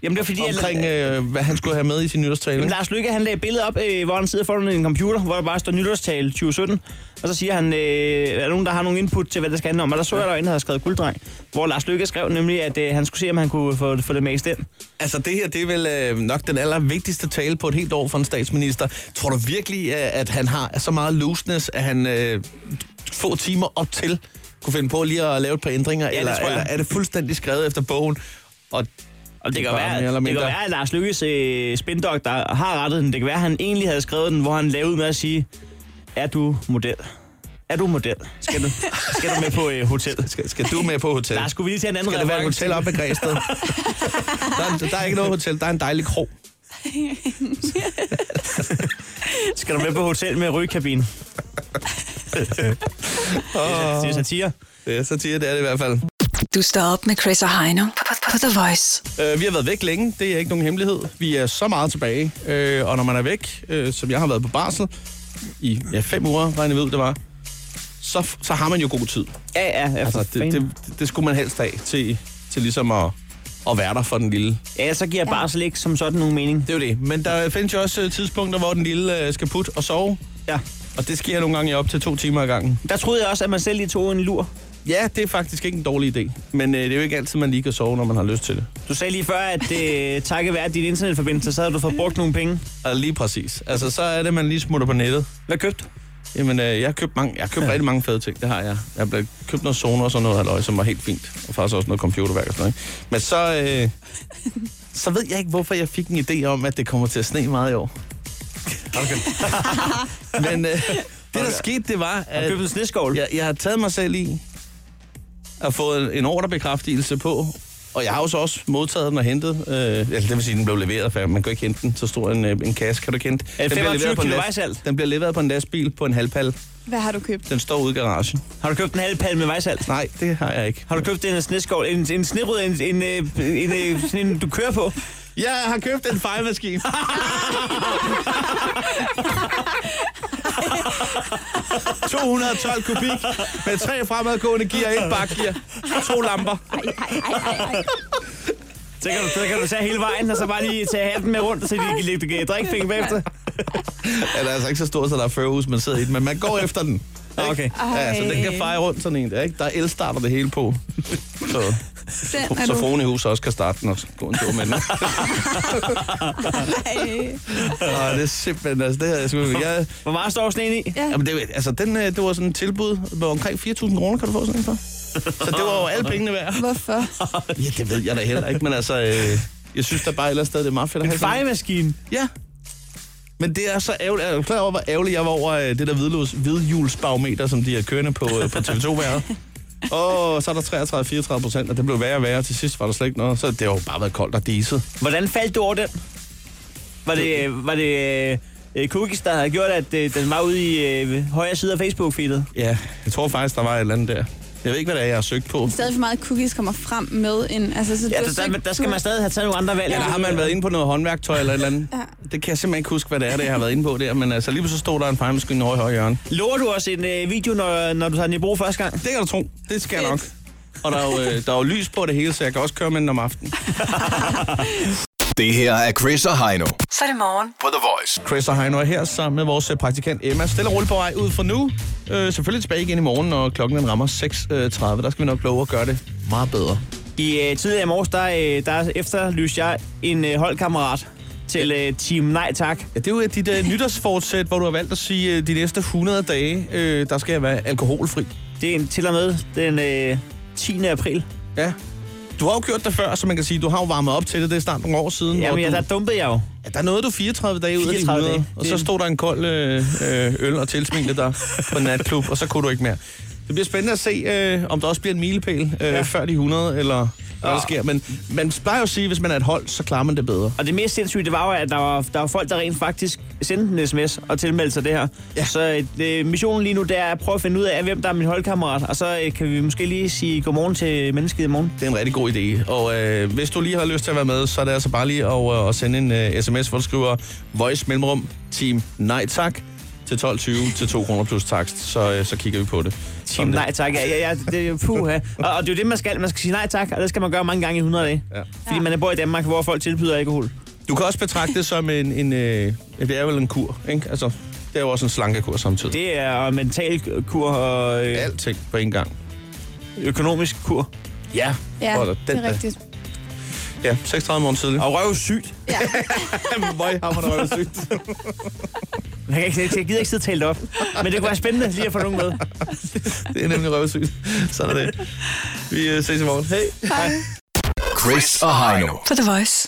E: Jamen, det er fordi,
D: omkring,
E: at,
D: øh, hvad han skulle have med i sin nytårstale.
E: Jamen, Lars Lykke, han lagde et billede op, øh, hvor han sidder foran en computer, hvor der bare står nytårstale 2017. Og så siger han, øh, er der nogen, der har nogle input til, hvad det skal handle om? Og der så jeg, der var en, der havde skrevet gulddreng, hvor Lars Lykke skrev nemlig, at øh, han skulle se, om han kunne få, få det mest ind.
D: Altså, det her, det er vel øh, nok den allervigtigste tale på et helt år for en statsminister. Tror du virkelig, øh, at han har så meget looseness, at han øh, få timer op til kunne finde på lige at lave et par ændringer?
E: det
D: eller,
E: tror jeg.
D: eller er det fuldstændig skrevet efter bogen? Og
E: Og det,
D: Det
E: kan
D: gør han mere
E: være,
D: eller
E: det kan
D: mindre.
E: være, at Lars Lykkes øh, spindoktor har rettet den. Det kan være, at han egentlig havde skrevet den, hvor han lavede ud med at sige, Er du model? Er du model? Skal du, skal du med på øh, hotel?
D: Skal, skal du med på hotel?
E: Lars, skulle vi lige tage en anden
D: Skal der være et
E: reference?
D: hotel oppe i Græsted? der, er, der er ikke noget hotel, der er en dejlig krog.
E: Skal du med på hotel med rygkabine? oh. Det er satire.
D: Det er satire, det er det i hvert fald.
G: Du står op med Chris og Heino på, på, på The Voice.
D: Øh, vi har været væk længe, det er ikke nogen hemmelighed. Vi er så meget tilbage, øh, og når man er væk, øh, som jeg har været på barsel, i ja, fem uger, regner vi ud, det var, så, så har man jo god tid.
E: Ja, ja. ja, for
D: Altså, det,
E: fanden.
D: det, det skulle man helst have til, til ligesom at, at være der for den lille.
E: Ja, så giver barsel ikke som sådan nogen mening.
D: Det er jo det. Men der findes jo også øh, tidspunkter, hvor den lille øh, skal putte og sove.
E: Ja.
D: Og det sker nogle gange i op til to timer ad gangen.
E: Der troede jeg også, at man selv lige tog en lur.
D: Ja, det er faktisk ikke en dårlig idé. Men øh, det er jo ikke altid, man lige kan sove, når man har lyst til det.
E: Du sagde lige før, at øh, takket være din internetforbindelse, så havde du fået brugt nogle penge.
D: Altså, lige præcis. Altså, så er det, man lige smutter på nettet.
E: Hvad købte du?
D: Jamen, øh, jeg har købt, mange, jeg har købt rigtig mange fede ting, det har jeg. Jeg har blevet- købt noget Sonos og sådan noget, halløj, som var helt fint. Og faktisk også noget computerværk og sådan noget. ikke? Men så, øh, så ved jeg ikke, hvorfor jeg fik en idé om, at det kommer til at sne meget i år. Okay. Men øh, det, der skete, det var,
E: Du
D: at
E: købte en sneskovl.
D: jeg, jeg har taget mig selv i at få en- en ordrebekræftelse på, og jeg har jo så også modtaget den og hentet. Øh, altså, det vil sige, at den blev leveret, for man kan ikke hente den. Så stor en, øh, en kasse kan du ikke hente. Den bliver
E: 25
D: leveret på en
E: kilo
D: last-
E: vejsalt.
D: Den bliver leveret på en lastbil på en halvpal.
B: Hvad har du købt?
D: Den står ude i garagen.
E: Har du købt en halv palme med vejsalt?
D: Nej, det har jeg ikke.
E: Har du købt en sneskovl, en, en snerud, en, en, øh, en, øh, sådan en, du kører på?
D: Jeg har købt en fejlmaskine. ...212 kubik med tre fremadgående gear, et bakgear, to lamper.
E: Så kan, du, så kan du tage hele vejen, og så bare lige tage hatten med rundt, så de kan lægge drikpenge bagefter.
D: Ja, den er altså ikke så stor, så der er førhus, man sidder i den, men man går efter den.
E: Nå, Okay.
D: Ja, så den kan feje rundt sådan en der, ikke? Der er elstarter det hele på. Så,
B: Den er
D: så
B: du.
D: fruen i huset også kan starte den og gå en tur med den.
B: Ej.
D: Ej, det er simpelthen, altså det her, jeg skulle... Jeg,
E: Hvor meget står sneen i?
B: Ja.
D: Jamen, det, er jo- altså, den, øh, det var sådan et tilbud med omkring 4.000 kroner, kan du få sådan en for. Så det var jo alle pengene værd.
B: Hvorfor?
D: Ja, det ved jeg da heller ikke, men altså... Øh, jeg synes da bare ellers stadig, det er meget fedt at have.
E: En
D: sådan en.
E: fejemaskine.
D: Ja. Men det er så ærgerligt. Er du klar over, hvor ærgerlig jeg var over øh, det der hvidlås, hvidhjulsbarometer, som de har kørende på, øh, på TV2-været? Og så er der 33-34 procent, og det blev værre og værre. Til sidst var der slet ikke noget, så det har jo bare været koldt og diset.
E: Hvordan faldt du over den? Var det, øh, var det øh, cookies, der havde gjort, at øh, den var ude i øh, højre side af Facebook-feedet?
D: Ja, jeg tror faktisk, der var et eller andet der. Jeg ved ikke, hvad det er, jeg har søgt på.
B: Stadig for meget cookies kommer frem med en... Altså, så
E: Ja,
B: du har
E: der, der,
B: søgt-
E: der skal man stadig have taget nogle andre valg.
D: Ja, der har man været inde på noget håndværktøj eller et eller andet.
B: Ja.
D: Det kan jeg simpelthen ikke huske, hvad det er, det jeg har været inde på der. Men altså, lige pludselig stod der en fejlmaskine over i højre hjørne.
E: Lover du også en øh, video, når, når du tager den i brug første gang?
D: Det kan du tro. Det skal jeg nok. Og der er, jo, øh, der er jo lys på det hele, så jeg kan også køre med den om aftenen.
F: Det her er Chris og Heino
G: Så er det morgen.
F: på The Voice.
D: Chris og Heino er her sammen med vores øh, praktikant Emma. Stille og roligt på vej ud fra nu. Øh, selvfølgelig tilbage igen i morgen, når klokken den rammer 6.30. Der skal vi nok love at gøre det meget bedre.
E: I øh, tidligere i morges, der, øh, der efterlyste jeg en øh, holdkammerat til øh, Team Nej Tak.
D: Ja, det er jo øh, dit øh, nytårsfortsæt, hvor du har valgt at sige, øh, de næste 100 dage, øh, der skal jeg være alkoholfri.
E: Det er en, til og med den øh, 10. april.
D: Ja. Du har jo gjort det før, så man kan sige, du har jo varmet op til det. Det er snart nogle år siden. hvor
E: Jamen, ja,
D: du,
E: der dumpede jeg jo.
D: ja, der nåede du 34 dage ud af de
E: 34
D: 100,
E: dage.
D: og
E: Det-
D: så stod der en kold øh, øh, øl og tilsmilte dig på en natklub, og så kunne du ikke mere. Det bliver spændende at se, øh, om der også bliver en milepæl øh, ja. før de 100, eller hvad der sker. Men man plejer jo at sige, at hvis man er et hold, så klarer man det bedre.
E: Og det mest sindssyge, det var jo, at der var, der var folk, der rent faktisk sendte en sms og tilmeldte sig det her.
D: Ja.
E: Ja. Så øh, missionen lige nu, det er at prøve at finde ud af, hvem der er min holdkammerat. Og så øh, kan vi måske lige sige godmorgen til mennesket i morgen.
D: Det er en rigtig god idé. Og øh, hvis du lige har lyst til at være med, så er det altså bare lige at, øh, at sende en øh, sms, hvor du skriver voice mellemrum team nej tak til 12.20 til 2 kroner plus takst, så, øh, så kigger vi på det.
E: Team
D: Sådan det.
E: Nej Tak. Ja, ja, ja det, puha. Og, og det er jo det, man skal. Man skal sige nej tak, og det skal man gøre mange gange i 100 dage.
D: Ja.
E: Fordi man bor i Danmark, hvor folk tilbyder alkohol.
D: Du kan også betragte det som en, en øh, det er vel en kur, ikke? Altså, det er jo også en slankekur samtidig. Det
E: Det er mental kur og øh,
D: er alting på en gang.
E: økonomisk kur.
D: Ja,
B: Ja,
D: Hold da,
B: det er
D: der.
B: rigtigt.
D: Ja, 36 måneder tidlig.
E: Og røvsygt.
B: Ja.
D: Hvor har man røvet sygt.
E: Jeg, kan ikke, jeg gider ikke sidde og tale det op. Men det kunne være spændende lige at få nogen med.
D: Det er nemlig røvsygt. Sådan er det. Vi øh, ses i morgen. Hej.
F: Chris og Heino.
G: På The Voice.